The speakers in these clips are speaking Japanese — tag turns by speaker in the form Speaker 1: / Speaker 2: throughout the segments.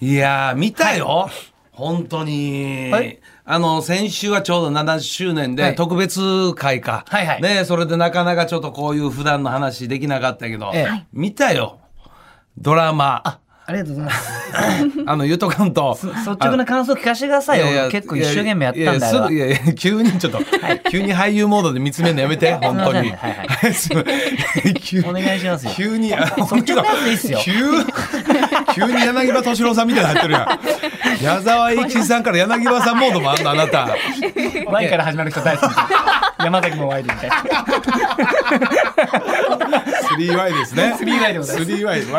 Speaker 1: いやー見たよ、本当に、
Speaker 2: はい
Speaker 1: あの先週はちょうど7周年
Speaker 2: は
Speaker 1: で
Speaker 2: い
Speaker 1: 特別会か、
Speaker 2: はいはい
Speaker 1: ね、それでなかなかちょっとこういう普段の話できなかったけど、
Speaker 2: ええはい
Speaker 1: 見たよドラマ あ
Speaker 2: ありがとうございます。
Speaker 1: のゆとかんと
Speaker 2: 率直な感想聞かせてくださいよ。俺結構一生懸命やったんだよ
Speaker 1: い。やいやすぐいやいや急にちょっと、急に俳優モードで見つめるのやめて本当に、
Speaker 2: はいはい
Speaker 1: すいません急に
Speaker 2: お願いしますよ
Speaker 1: 急にあ
Speaker 2: 率直なやついいっすよ
Speaker 1: 急急に柳葉敏郎さんみたいになってるやん矢沢永吉さんから柳葉さんモードもあんのあなた
Speaker 2: Y から始まる人大好き。山崎も Y でみたいな。
Speaker 1: 3Y ですね
Speaker 2: 3Y でございま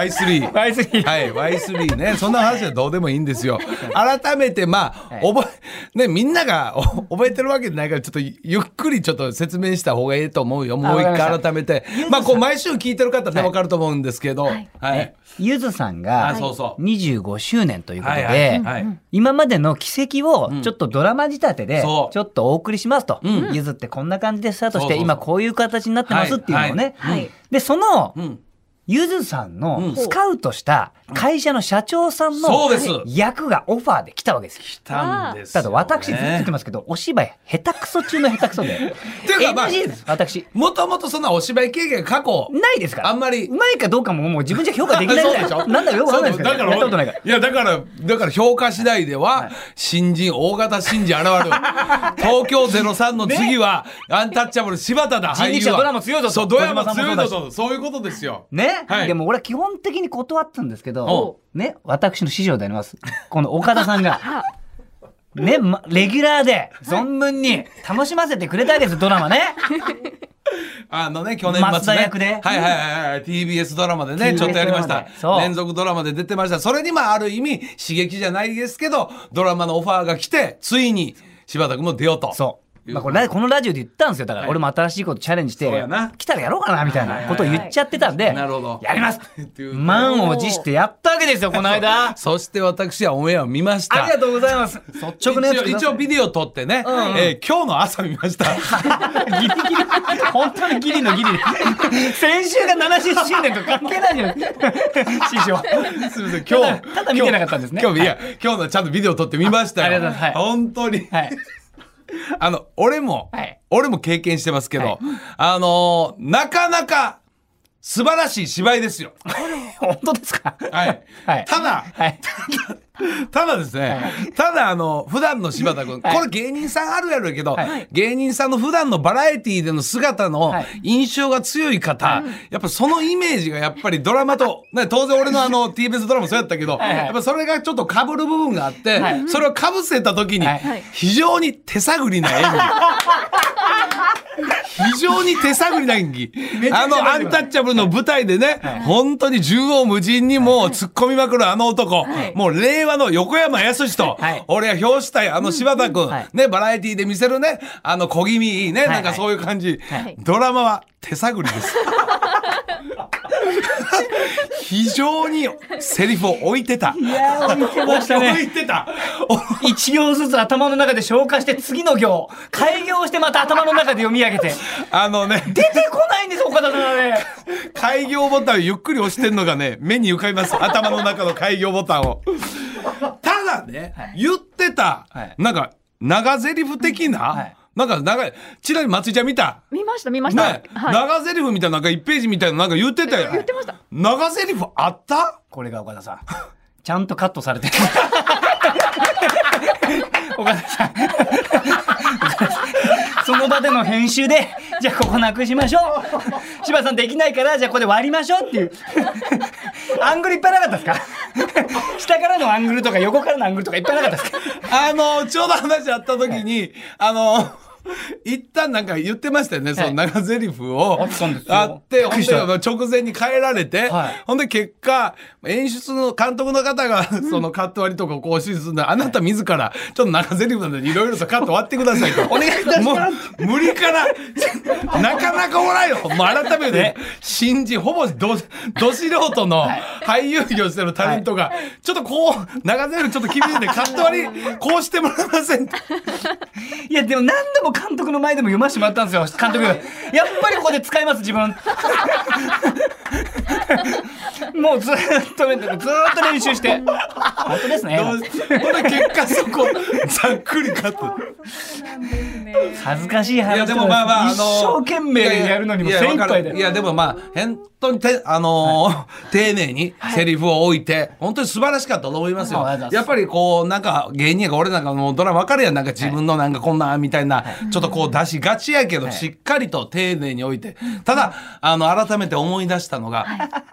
Speaker 2: す
Speaker 1: 3YY3
Speaker 2: Y すぎ。
Speaker 1: はい、Y3 ね、そんな話はどうでもいいんですよ。改めて、まあ、
Speaker 2: はい
Speaker 1: 覚え、ね、みんながお覚えてるわけじゃないから、ちょっとゆっくりちょっと説明した方がいいと思うよ。もう一
Speaker 2: わかり
Speaker 1: 回
Speaker 2: ました
Speaker 1: 改めて。まあ、こう、毎週聞いてる方ね、
Speaker 2: はい
Speaker 1: わかると思うんですけど、はい。
Speaker 2: ゆずさん
Speaker 1: あ、
Speaker 2: が
Speaker 1: そうそう。
Speaker 2: 25周年ということ
Speaker 1: はいはい
Speaker 2: で、
Speaker 1: はい。
Speaker 2: 今までの軌跡をちょっとドラマ仕立てでち
Speaker 1: そう
Speaker 2: ょっとお送りしますと、
Speaker 1: ん
Speaker 2: ゆずってこんな感じでスタートし
Speaker 1: そうそう
Speaker 2: て
Speaker 1: そう
Speaker 2: 今こういう形になってますっていうのをね、
Speaker 1: はい
Speaker 3: はい
Speaker 2: でその
Speaker 1: うん。
Speaker 2: ゆずさん
Speaker 1: う
Speaker 2: の
Speaker 1: ん
Speaker 2: スカウトした会社の社長さんの
Speaker 1: そうです
Speaker 2: 役がオファーで来たわけですよ。
Speaker 1: 来たんです
Speaker 2: た
Speaker 1: よ、
Speaker 2: だ
Speaker 1: ね。
Speaker 2: 私ずっと言ってますけど、お芝居下手くそ中の下手くそで。
Speaker 1: ていうかまあ
Speaker 2: NG です、私。
Speaker 1: もともとそんなお芝居経験が過去、
Speaker 2: ないですから。
Speaker 1: あんまり
Speaker 2: うまいかどうかももう自分じゃ評価できないぐ
Speaker 1: そ
Speaker 2: ら
Speaker 1: うでし ょ
Speaker 2: い。なんだかよくわかんないですけど、
Speaker 1: だから
Speaker 2: やったことないから。
Speaker 1: いやだからだから評価次第では、新人大型新人現 れる東京03の次は、アンタッチャブル柴田だ
Speaker 2: 人力車
Speaker 1: 俳優は
Speaker 2: ドラマ強いぞと
Speaker 1: そうドラマ強いぞ
Speaker 2: 小島さん
Speaker 1: とそういうことですよ
Speaker 2: ね、
Speaker 1: はい
Speaker 2: でも俺は基本的に断ってたんですけど、ね、私の師匠であります、この岡田さんが、ね、まレギュラーで存分に楽しませてくれたわけですよ、ドラマね。
Speaker 1: あのね去年
Speaker 2: 松
Speaker 1: 末
Speaker 2: 田
Speaker 1: ね
Speaker 2: 役で
Speaker 1: はいはいはいはい TBS ドラマでね
Speaker 2: TBS
Speaker 1: ちょっとやりまし
Speaker 2: ドラ
Speaker 1: た
Speaker 2: マでそう
Speaker 1: 連続ドラマで出てましたそれにまあある意味刺激じゃないですけどドラマのオファーが来てついに柴田君も出ようと
Speaker 2: そう。まあ、これラこのラジオで言ったんですよ。だから俺も新しいことチャレンジして
Speaker 1: そうやな、
Speaker 2: 来たらやろうかなみたいなことを言っちゃってたんで、
Speaker 1: なるほど
Speaker 2: やります
Speaker 1: っていう
Speaker 2: 満を持してやったわけですよ、この 間。
Speaker 1: そして私はオンエアを見ました
Speaker 2: ありがとうございます。率直なやつくだ
Speaker 1: 一
Speaker 2: さ
Speaker 1: 応
Speaker 2: い
Speaker 1: ビデオ撮ってね、えー今日の朝見ま した。
Speaker 2: ギリギリ、本当にギリのギリ で。先週が70周年と関係ないじゃない師匠。
Speaker 1: すみません、今
Speaker 2: ただ
Speaker 1: 日。
Speaker 2: ただ見てなかったんですね
Speaker 1: 今日、いや、今日のちゃんとビデオ撮ってみましたよ。
Speaker 2: あありがとうございますは
Speaker 1: 本当に。
Speaker 2: はい。
Speaker 1: あの、俺も、
Speaker 2: はい
Speaker 1: 俺も経験してますけど、
Speaker 2: はい
Speaker 1: あのーなかなか素晴らしい芝居ですよ。
Speaker 2: 本当ですか
Speaker 1: はい。
Speaker 2: はい
Speaker 1: ただ、
Speaker 2: はい。
Speaker 1: ただですね、ただあの、普段の柴田君、
Speaker 2: はい
Speaker 1: これ芸人さんあるやろうけど、
Speaker 2: はい
Speaker 1: 芸人さんの普段のバラエティーでの姿の
Speaker 2: はい
Speaker 1: 印象が強い方、やっぱそのイメージがやっぱりドラマと、ね、当然俺のあ の TBS ドラマもそうやったけど、
Speaker 2: はいはい
Speaker 1: やっぱそれがちょっと被る部分があって、
Speaker 2: はい
Speaker 1: それを被せた時に、
Speaker 2: はい
Speaker 1: 非常に手探りな演 技。非常に手探りな演技
Speaker 2: めちゃくち。ゃ
Speaker 1: あの、アンタッチャブルの舞台でね、本当に縦横無尽にもう突っ込みまくるあの男、
Speaker 3: はい
Speaker 1: もう令和の横山やすしと、
Speaker 2: はい
Speaker 1: 俺は表したいあの柴田君、
Speaker 2: うんはい
Speaker 1: ね、バラエティで見せるね、あの小気味いいね、
Speaker 2: いはい
Speaker 1: なんかそういう感じ、
Speaker 3: はい
Speaker 1: ドラマは手探りです。非常にセリフを置いてた。
Speaker 2: いやー、見てましたね。
Speaker 1: 置いてた。
Speaker 2: 一行ずつ頭の中で消化して、次の行、開業してまた頭の中で読み上げて。
Speaker 1: あのね、
Speaker 2: 出てこないんです、岡田さんはね。
Speaker 1: 開業ボタンをゆっくり押してんのがね、目に浮かびます。頭の中の開業ボタンを。ただね、言ってた、
Speaker 2: はい
Speaker 1: なんか、長ゼリフ的な、
Speaker 2: はい
Speaker 1: なんか長い、ちなみに松井ちゃん見た
Speaker 3: 見ました見ました。
Speaker 1: ね、
Speaker 3: はい。
Speaker 1: 長ゼリフみたいな、なんか1ページみたいな、なんか言ってたよ。
Speaker 3: 言ってました。
Speaker 1: 長ゼリフあった
Speaker 2: これが岡田さん。 ちゃんとカットされてる。岡田さん。 その場での編集で、じゃあここなくしましょう。柴田さんできないから、じゃあここで割りましょうって いう。アングルいっぱいなかったですか 下からのアングルとか横からのアングルとかいっぱいなかったですか
Speaker 1: あの、ちょうど話あった時に、あの、一旦なんか言ってましたよね、その長ゼリフを。
Speaker 2: あったんですよ
Speaker 1: あって、
Speaker 2: びっ
Speaker 1: ほ
Speaker 2: く
Speaker 1: ん
Speaker 2: り
Speaker 1: で
Speaker 2: した
Speaker 1: 直前に変えられて、
Speaker 2: はい
Speaker 1: ほんで結果、演出の監督の方が、そのカット割りとかをこう指示するんで、あなた自ら、ちょっと長ゼリフなんでいろいろとカット割ってくださいと。 お願いいたします。無理から、 なかなかおらんよ。もう改めて
Speaker 2: ね、
Speaker 1: 新人、ほぼど、ど素人の俳優業してるタレントが、ちょっとこう、長ゼリフちょっと厳しいんで、カット割り、こうしてもらえませんか
Speaker 2: いや、でも何度も監督の前でも読ませてもらったんですよ監 督やっぱりここで使います自分 もうずーっとずーっと練習して本当ですね
Speaker 1: どうほら結果そこざっくりカット
Speaker 2: 恥ずかしい話
Speaker 1: いやでもまあまあ、あの
Speaker 2: 一生懸命やるのにも
Speaker 1: いい
Speaker 2: 精
Speaker 1: い
Speaker 2: 一杯
Speaker 1: やわか
Speaker 2: で
Speaker 1: るいやでもまあ本当にてあのー丁寧にセリフを置いて、本当に素晴らしかったと思いますよ
Speaker 2: ありがとうございます
Speaker 1: やっぱりこうなんか芸人やから俺なんかもうドラマ分かるやんなんか自分のなんかこんなんみたいな、ちょっとこう出しがちやけど、
Speaker 2: はい
Speaker 1: しっかりと丁寧に置いてただあの改めて思い出したのが、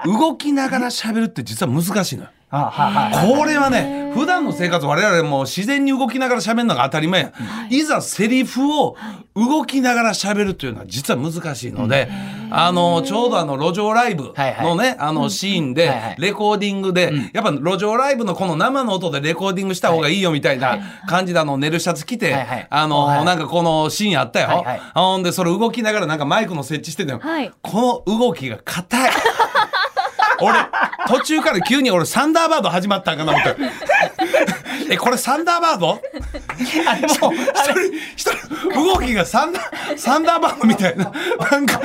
Speaker 1: 動きながら喋るって実は難しいのよ。
Speaker 2: あはい はい
Speaker 1: これはね普段の生活我々もう自然に動きながら喋るのが当たり前や、ん、いざセリフを動きながら喋るというのは実は難しいので、あのちょうどあの路上ライブ
Speaker 2: はいはい
Speaker 1: のねあのシーンで
Speaker 2: はいはい
Speaker 1: レコーディングで、やっぱ路上ライブのこの生の音でレコーディングした方がいいよみたいな感じであの寝るシャツ着て、
Speaker 2: はいはい
Speaker 1: あの、
Speaker 2: はい
Speaker 1: なんかこのシーンあったよ、
Speaker 2: はいはい
Speaker 1: ほんでそれ動きながらなんかマイクの設置してたよ、
Speaker 3: はい
Speaker 1: この動きが硬い。 俺途中から急に俺サンダーバード始まったんかな思って えこれサンダーバード
Speaker 2: あれもう あれ
Speaker 1: 一人動きがサンダーサンダーバードみたいななんか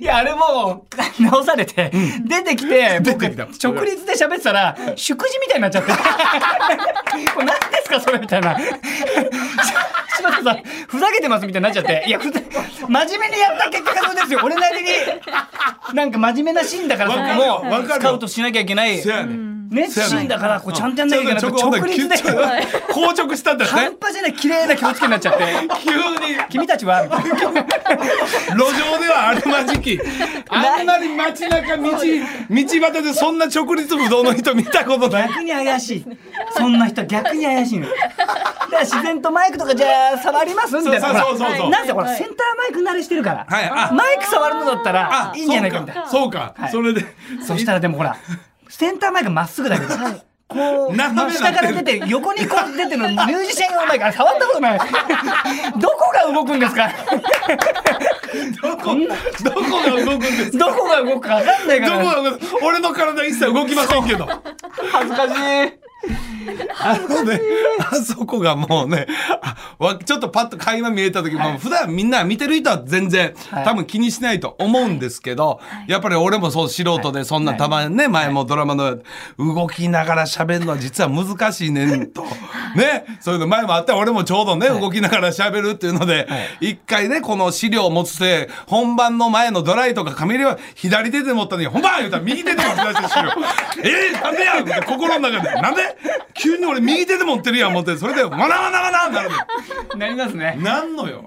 Speaker 2: いやあれもう直されて、出てきて僕
Speaker 1: 出てきた
Speaker 2: 直立で喋ってたら祝辞みたいになっちゃって これ何ですかそれみたいな 柴田さんふざけてますみたいになっちゃっていやふざ真面目にやった結果がそうですよ俺なりになんか真面目なシーンだから
Speaker 1: わ
Speaker 2: そ
Speaker 1: かる
Speaker 2: こ
Speaker 1: わか
Speaker 2: も
Speaker 1: るよ
Speaker 2: スカウトしなきゃいけない
Speaker 1: せやねん
Speaker 2: ねシ
Speaker 1: せやね
Speaker 2: ーンだからこうちゃんとやんなきゃいけない
Speaker 1: ちょっと
Speaker 2: 直立で
Speaker 1: ちょっと硬直したんだよ
Speaker 2: 半
Speaker 1: ね
Speaker 2: 端じゃない綺麗な気持ちになっちゃって
Speaker 1: 急に
Speaker 2: 君たちはみたいな
Speaker 1: 路上ではあるまじきあんなに街中道道端でそんな直立不動の人見たことない
Speaker 2: 逆に怪しいそんな人逆に怪しいのだから自然とマイクとかじゃあ触りますみたいな
Speaker 1: そうそうそうそうそう
Speaker 2: ほらなんせほら
Speaker 3: はい
Speaker 2: センターマイク慣れしてるから、
Speaker 1: はいあ
Speaker 2: マイク触るのだったら
Speaker 1: あ
Speaker 2: いいんじゃないかみたいな
Speaker 1: そうかそうかそれで
Speaker 2: そしたらでもほらセンターマイクまっすぐだけど、こう
Speaker 1: 斜め
Speaker 2: 真
Speaker 1: にな
Speaker 2: 下
Speaker 1: ってる
Speaker 2: から出て横にこう出てるのミュージシャン用マイクあれ触ったことない どこが動くんですか
Speaker 1: どこどこが動くんです
Speaker 2: どこが動くか分かんないか
Speaker 1: どこが
Speaker 2: ら
Speaker 1: 動く俺の体一切動きませんけど
Speaker 2: 恥ずかしい
Speaker 1: あのね、 あそこがもうね、あわちょっとパッと垣間見えた時、もう普段みんな見てる人は全然、
Speaker 2: はい
Speaker 1: 多分気にしないと思うんですけど、やっぱり俺もそう素人で、そんなたまにね、前もドラマの動きながら喋るのは実は難しいねんと、ね、そういうの前もあった俺もちょうどね、動きながら喋るっていうので、一回ね、この資料を持つて、本番の前のドライとか紙入れは左手で持ったのに、本番言うたら右手で持ってた 資料。えー、なんでやみたいな心の中で、なんで急に俺右手で持ってるやん思って、それで、わなわなわななるのよ
Speaker 2: なりますね
Speaker 1: なんのよ。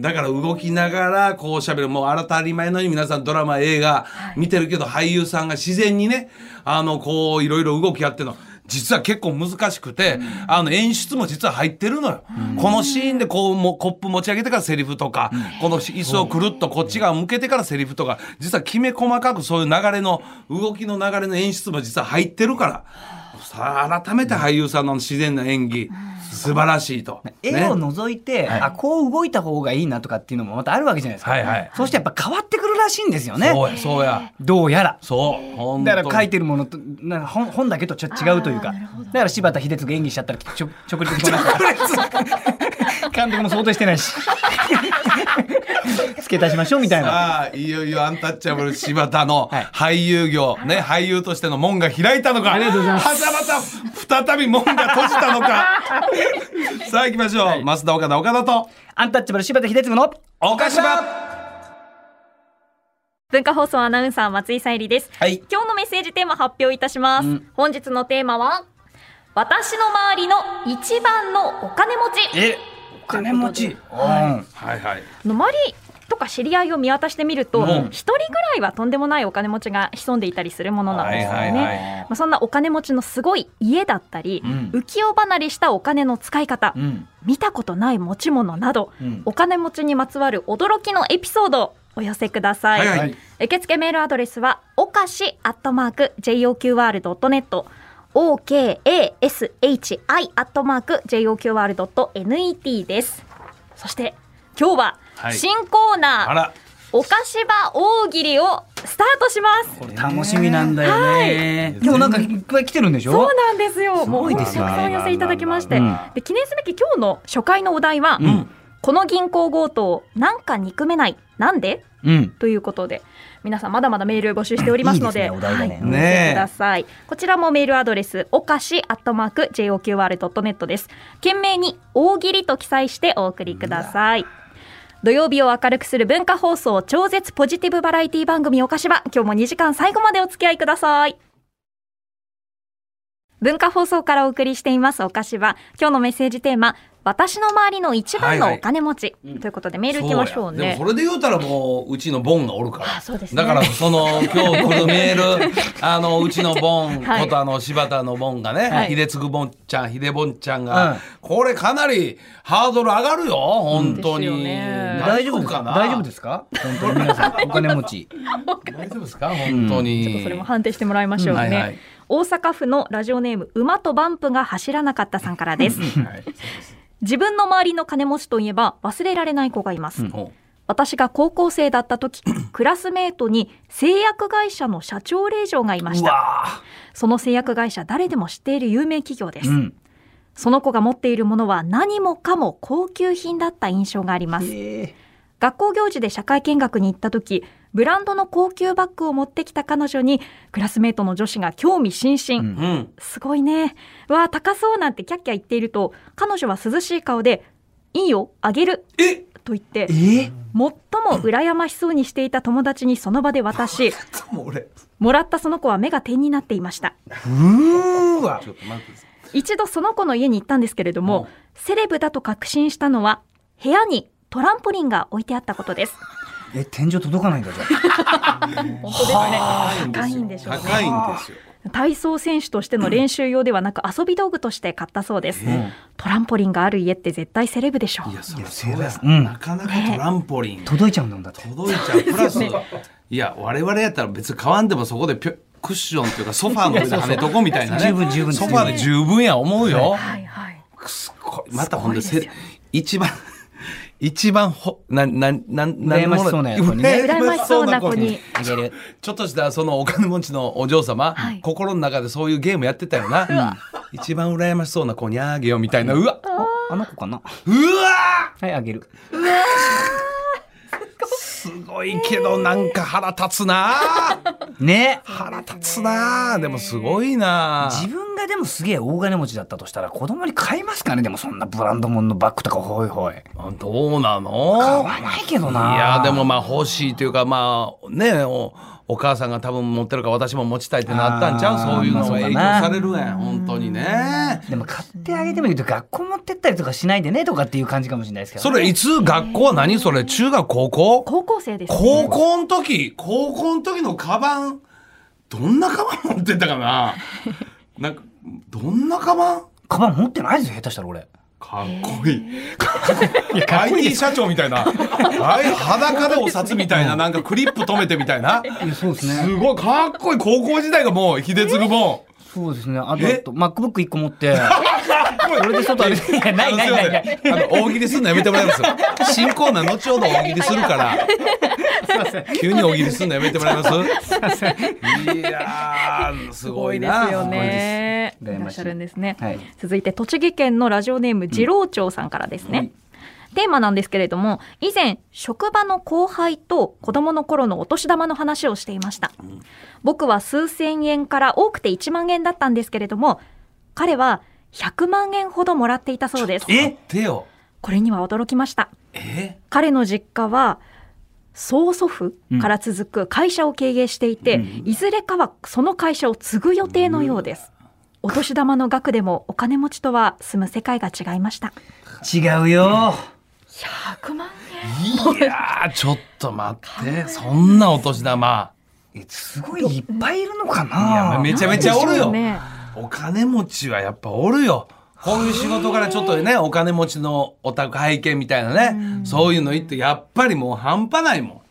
Speaker 1: だから動きながらこう喋るもう当たり前のように皆さんドラマ映画見てるけど俳優さんが自然にねあのこういろいろ動きやってるの実は結構難しくて、あの演出も実は入ってるのよ、このシーンでこうもコップ持ち上げてからセリフとか、この椅子をくるっとこっち側向けてからセリフとか実はきめ細かくそういう流れの動きの流れの演出も実は入ってるからさあ改めて俳優さんの自然な演技、素晴らしいと。
Speaker 2: 絵を除いて、
Speaker 1: はい
Speaker 2: あこう動いた方がいいなとかっていうのもまたあるわけじゃないですか、
Speaker 1: はいはい
Speaker 2: そしてやっぱ変わってくるらしいんですよね
Speaker 1: そうや、そうや。
Speaker 2: どうやら
Speaker 1: そう、ほん
Speaker 2: だから書い
Speaker 1: て。
Speaker 2: てるものとなんか本本だけとちょっと違うというかだから柴田秀嗣演技しちゃったら ちょ直立こうなった 監督も想定してないし 付け足しましょうみたいな
Speaker 1: ああ、いよいよアンタッチャブル柴田の
Speaker 2: はい
Speaker 1: 俳優業、ね、俳優としての門が開いたのか。ありがとうございます。はたまた、再び門が閉じたのか。 さあ、行きましょう。増田岡田岡田と。
Speaker 2: アンタッチャブル柴田秀嗣の
Speaker 1: 岡島。
Speaker 3: 文化放送アナウンサー松井さゆりです、
Speaker 1: はい
Speaker 3: 今日のメッセージテーマ発表いたします、本日のテーマは私の周りの一番のお金持ち
Speaker 1: え。
Speaker 2: お金持ち、
Speaker 1: はいはい。
Speaker 3: の周りとか知り合いを見渡してみると一、
Speaker 1: うん
Speaker 3: 人ぐらいはとんでもないお金持ちが潜んでいたりするものなんですよね、
Speaker 1: はいはいはい
Speaker 3: まあ、そんなお金持ちのすごい家だったり、
Speaker 2: ん
Speaker 3: 浮世離れしたお金の使い方、
Speaker 2: うん
Speaker 3: 見たことない持ち物など、
Speaker 2: うん
Speaker 3: お金持ちにまつわる驚きのエピソードをお寄せください、
Speaker 1: はい
Speaker 2: はい
Speaker 3: 受付メールアドレスはおかしアットマーク JOQR.net okashi アットマーク JOQR.net ですそして今日は
Speaker 1: はい
Speaker 3: 新コーナー、
Speaker 1: あら。
Speaker 3: お菓子場大喜利をスタートします
Speaker 2: これ楽しみなんだよね、でもなんかいっぱい来てるんでしょ
Speaker 3: そうなんですよもう
Speaker 2: ごい
Speaker 3: た
Speaker 2: で
Speaker 3: く
Speaker 2: す
Speaker 3: さんお寄せいただきまして、
Speaker 2: うん
Speaker 3: で記念すべき今日の初回のお題は、この銀行強盗なんか憎めないなんで
Speaker 2: うん。
Speaker 3: ということで皆さんまだまだメール募集しておりますので
Speaker 2: いいですねお題がね
Speaker 3: はい
Speaker 2: うん
Speaker 1: ね
Speaker 3: 教えてください、こちらもメールアドレスおかしアットマーク JOQR.net です件名に大喜利と記載してお送りください土曜日を明るくする文化放送超絶ポジティブバラエティ番組おかしは今日も2時間最後までお付き合いください文化放送からお送りしていますおかしは今日のメッセージテーマ私の周りの一番のお金持ち、ということでメールいきましょう
Speaker 1: そや
Speaker 3: ね
Speaker 1: でもそれで言うたらもううちのボンがおるから
Speaker 3: あそうですね
Speaker 1: だからその今日来るメ ールあのうちのボン
Speaker 3: はい
Speaker 1: ことあの柴田のボンがね、
Speaker 3: はい
Speaker 1: 秀次ボンちゃん秀ボンちゃんが、
Speaker 2: うん
Speaker 1: これかなりハードル上がるよ本当に、
Speaker 3: うんですよね
Speaker 2: 大丈夫です
Speaker 1: か
Speaker 2: か
Speaker 1: な
Speaker 2: 大丈夫ですか本当に皆さん、お金持ち。
Speaker 1: 大丈夫ですか本当に、
Speaker 3: ちょっとそれも判定してもらいましょうね、
Speaker 1: うんはいはい
Speaker 3: 大阪府のラジオネーム馬とバンプが走らなかったさんからです
Speaker 1: はい
Speaker 3: 自分の周りの金持ちといえば忘れられない子がいます、
Speaker 1: ほ
Speaker 3: 私が高校生だった時 クラスメートに製薬会社の社長令嬢がいまし
Speaker 1: うう
Speaker 3: た
Speaker 1: わー
Speaker 3: その製薬会社誰でも知っている有名企業です、
Speaker 2: うん。
Speaker 3: その子が持っているものは何もかも高級品だった印象があります
Speaker 2: え
Speaker 3: 学校行事で社会見学に行った時ブランドの高級バッグを持ってきた彼女にクラスメートの女子が興味津々、
Speaker 2: うん
Speaker 1: うん
Speaker 3: すごいねわあ高そうなんてキャッキャ言っていると彼女は涼しい顔で「いいよあげる
Speaker 1: え」
Speaker 3: と言って最
Speaker 2: え
Speaker 3: も羨ましそうにしていた友達にその場で渡し
Speaker 1: もう俺
Speaker 3: もらったその子は目が点になっていました
Speaker 2: うーわ
Speaker 1: ちょっと待ってください
Speaker 3: 一度その子の家に行ったんですけれども、
Speaker 1: うん
Speaker 3: セレブだと確信したのは部屋にトランポリンが置いてあったことです
Speaker 2: え、天井届かないんだじゃあ。
Speaker 3: 本当ですね
Speaker 1: 高
Speaker 3: 高
Speaker 1: い
Speaker 3: い
Speaker 1: ん
Speaker 3: ん
Speaker 1: で
Speaker 3: で
Speaker 1: し
Speaker 3: し
Speaker 1: ょ
Speaker 3: ょ
Speaker 1: うね
Speaker 3: うね
Speaker 1: 高いんですよ
Speaker 3: 体操選手としての練習用ではなく遊び道具として買ったそうです、
Speaker 1: え
Speaker 3: トランポリンがある家って絶対セレブでしょう
Speaker 1: いやそりゃそ
Speaker 2: そうう
Speaker 1: や
Speaker 2: や
Speaker 1: なかなかトランポリン
Speaker 2: 届いちゃうんだもんだって。
Speaker 1: 届いちゃうプラ スいや我々やったら別に買わんでもそこでぴょクッションというかソファーの上で跳ねとこみたいなね
Speaker 2: 十分十分です
Speaker 1: ソファーで十分や思うよ、
Speaker 3: はいはい
Speaker 1: すっごいまたほんで
Speaker 3: ですよ
Speaker 1: せ一番一番ほなななな
Speaker 2: 羨ましそうなやつにね
Speaker 3: 羨ましそうな子に
Speaker 2: あげる。
Speaker 1: ちょっとしたそのお金持ちのお嬢様、
Speaker 3: はい
Speaker 1: 心の中でそういうゲームやってたよな、一番羨ましそうな子にあげようみたいなうわ
Speaker 2: ああの子かな。
Speaker 1: うわ
Speaker 2: はい、あげる。
Speaker 1: すごいけどなんか腹立つな
Speaker 2: ね
Speaker 1: 腹立つなでもすごいな
Speaker 2: 自分がでもすげえ大金持ちだったとしたら子供に買いますかねでもそんなブランド物のバッグとかほいほい。
Speaker 1: あどうな
Speaker 2: 買
Speaker 1: の
Speaker 2: わないけど
Speaker 1: い
Speaker 2: な。
Speaker 1: やでもまあ欲しいというかまあねおお母さんが多分持ってるから私も持ちたいってなったんちゃ
Speaker 2: あ
Speaker 1: う
Speaker 2: ー
Speaker 1: そういうのが
Speaker 2: まあそうだ
Speaker 1: 影響
Speaker 2: な
Speaker 1: されるやん本当にね
Speaker 2: でも買ってあげてもいいけど学校持ってったりとかしないでねとかっていう感じかもしれないですけど、
Speaker 1: それいつ学校は何それ中学高校
Speaker 3: 高校生です、ね、
Speaker 1: 高校の時高校の時のカバンどんなカバン持ってたかななんかどんなカバン
Speaker 2: カバン持ってないですよ下手したら俺
Speaker 1: かっこいい。IT 社長みたいな。あい裸でお札みたいな、なんかクリップ止めてみたいな。
Speaker 2: そうです
Speaker 1: すごい、かっこいい。高校時代がもう、秀次も。
Speaker 2: そうですねあと
Speaker 1: え
Speaker 2: あと MacBook1 個 持って
Speaker 1: こ
Speaker 2: それで 外歩いていやないないないない
Speaker 1: あの、大喜利するのやめてもらいますよ。新コーナー後ほど大喜利するから。急に大喜利するのやめてもらいますいやー、す
Speaker 3: す
Speaker 1: ご
Speaker 3: ご
Speaker 1: い
Speaker 3: いで
Speaker 1: な。
Speaker 3: すよね。い
Speaker 2: すごいです
Speaker 3: らっしゃるんですね。
Speaker 2: はい
Speaker 3: 続いて栃木県のラジオネーム次郎長さんからですね。テーマなんですけれども以前職場の後輩と子供の頃のお年玉の話をしていました、僕は数千円から多くて1万円だったんですけれども彼は100万円ほどもらっていたそうです
Speaker 1: え手よ。
Speaker 3: これには驚きました
Speaker 1: え
Speaker 3: 彼の実家は曽祖父から続く会社を経営していて、いずれかはその会社を継ぐ予定のようです。お年玉の額でもお金持ちとは住む世界が違いました。
Speaker 2: 違うよ
Speaker 3: 100万
Speaker 1: いやー、ちょっと待って。そんなお年玉。
Speaker 2: えすごいいっぱいいるのか
Speaker 1: いや
Speaker 2: な
Speaker 1: めちゃめ
Speaker 3: 円
Speaker 1: ちゃおるよ。
Speaker 3: ね、
Speaker 1: お金持ちはやっぱおるよ。こういう仕事からちょっとね、お金持ちのお宅拝見みたいなね、そういうの言って、やっぱりもう半端ないも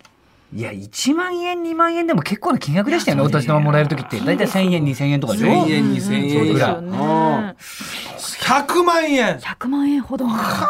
Speaker 2: いや1万円2万円でも結構な金額でしたよねお年玉もらえる時って大体1000円2000円とか
Speaker 1: ん。
Speaker 2: でしょ
Speaker 1: 1000円、2000円ぐらい。う
Speaker 3: そうで
Speaker 1: ん
Speaker 3: すよね
Speaker 1: 100万円
Speaker 3: 100万円ほどもらう
Speaker 1: は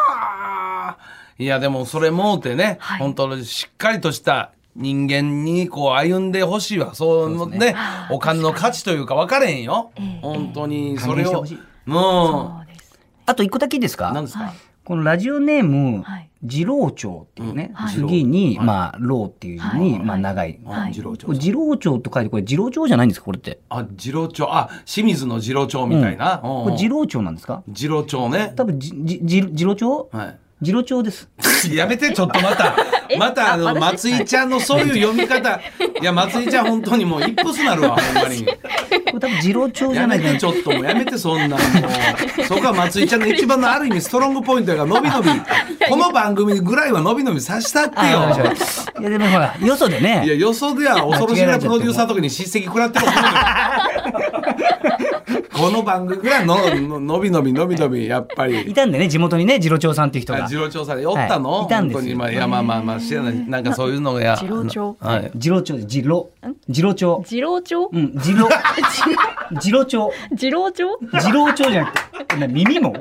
Speaker 1: あいや、でもそれもうてね、
Speaker 3: はい
Speaker 1: 本当にしっかりとした人間にこう歩んでほしいわ。そう
Speaker 2: そうで
Speaker 1: ね
Speaker 2: すね
Speaker 1: お金の価値というか分かれへんよ
Speaker 3: ええ。
Speaker 1: 本当に、そ
Speaker 2: 還
Speaker 1: れ
Speaker 2: 元し
Speaker 1: を
Speaker 2: てほしい。
Speaker 1: も
Speaker 3: そうです。
Speaker 2: あと1個だけいいです
Speaker 1: う、何
Speaker 2: か
Speaker 1: ですか
Speaker 2: このラジオネーム、
Speaker 3: はい
Speaker 2: 次郎長っていうね、
Speaker 3: はい
Speaker 2: 次に、
Speaker 1: はい
Speaker 2: まあ、郎っていう字に、
Speaker 3: はい
Speaker 2: まあ、長い。
Speaker 3: はい
Speaker 1: 次郎長
Speaker 2: これ次郎長と書いて、これ次郎長じゃないんですかこれって。
Speaker 1: あ次郎長あ清水の次郎長みたいな、うん
Speaker 2: これ次郎長なんですか
Speaker 1: 次郎長ね
Speaker 2: 多分、じ、じ、じ次郎長
Speaker 1: はい
Speaker 2: 次郎長です。
Speaker 1: やめてちょっとまた
Speaker 3: え
Speaker 1: またあの
Speaker 3: あ
Speaker 1: 松
Speaker 3: 私
Speaker 1: 井ちゃんのそういう読み方いや松井ちゃん本当にもう一歩すなるわほんまに
Speaker 2: これ多分次郎長じ
Speaker 1: や
Speaker 2: ゃな
Speaker 1: め
Speaker 2: いか
Speaker 1: て
Speaker 2: な
Speaker 1: ち。ょっともうやめてそんなもうそこは松井ちゃんの一番のある意味ストロングポイントやから伸び伸びこの番組ぐらいは伸び伸びさしたって
Speaker 2: あわかり
Speaker 1: よ
Speaker 2: ましたいや、でもほら、よそで
Speaker 1: いや
Speaker 2: ね、
Speaker 1: よそでは恐ろしいなプロデューサーとかに叱責食らっても困るよこの番組ぐらいのの伸び伸び伸び伸びやっぱ
Speaker 2: い
Speaker 1: り。
Speaker 2: たんでね、地元にね、次郎長さんっていう人
Speaker 1: あ
Speaker 2: が
Speaker 1: 次。郎長さんでおったの、
Speaker 2: はいいたんです
Speaker 1: 本当に
Speaker 2: よ
Speaker 1: まあいやまあまあまあ知らないなんかそういうのや
Speaker 3: 次郎長
Speaker 1: はい
Speaker 2: 次郎長、次郎。次郎長。
Speaker 3: 次郎長
Speaker 2: うん、次 郎。次郎長。
Speaker 3: 次郎長
Speaker 2: 自郎長じゃなくて、な耳 も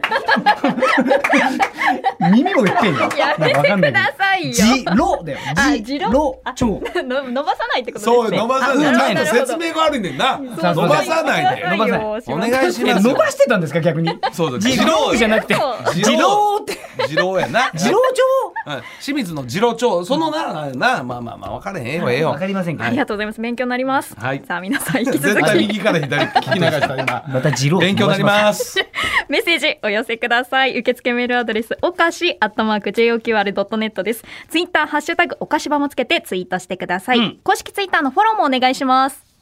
Speaker 2: 耳も言ってんの
Speaker 3: やめてくださいよ
Speaker 2: 自郎だよ。
Speaker 3: あ
Speaker 2: 自
Speaker 3: 次
Speaker 2: 郎
Speaker 3: 郎
Speaker 2: 長。
Speaker 3: の伸ばさないってこと
Speaker 1: そう
Speaker 3: です
Speaker 1: 伸
Speaker 3: ね
Speaker 1: ばさ
Speaker 2: あ
Speaker 1: ないちゃん
Speaker 2: なる
Speaker 1: と
Speaker 3: ほど
Speaker 1: 説明が悪いねんな伸
Speaker 2: さあ
Speaker 1: ばさないで
Speaker 2: 伸ばさない
Speaker 1: お願いします
Speaker 2: え伸ばしてたんですか逆に。
Speaker 1: そうだ
Speaker 2: 自郎じゃなくて
Speaker 3: そう、
Speaker 1: 自
Speaker 2: 自郎
Speaker 1: 郎
Speaker 2: って、
Speaker 1: 次郎や な
Speaker 2: 自郎
Speaker 1: はい清水の次郎長そのななまあまあまあ分かれへんよええ
Speaker 2: 長。
Speaker 1: よ
Speaker 2: わかりません
Speaker 3: あ
Speaker 2: か
Speaker 3: り。がとうございます勉強になります
Speaker 1: はい
Speaker 3: さあ皆さん引き続
Speaker 1: 絶
Speaker 3: き
Speaker 1: 対右から左聞き流した 今
Speaker 2: また自郎。
Speaker 1: 勉強になり
Speaker 2: す。
Speaker 1: ます
Speaker 3: メッセージお寄せください。受付メールアドレス、おかし、アットマーク、JOQR.net です。ツイッター、ハッシュタグ、おかしばもつけてツイートしてください。
Speaker 2: うん
Speaker 3: 公式ツイッターのフォローもお願いします。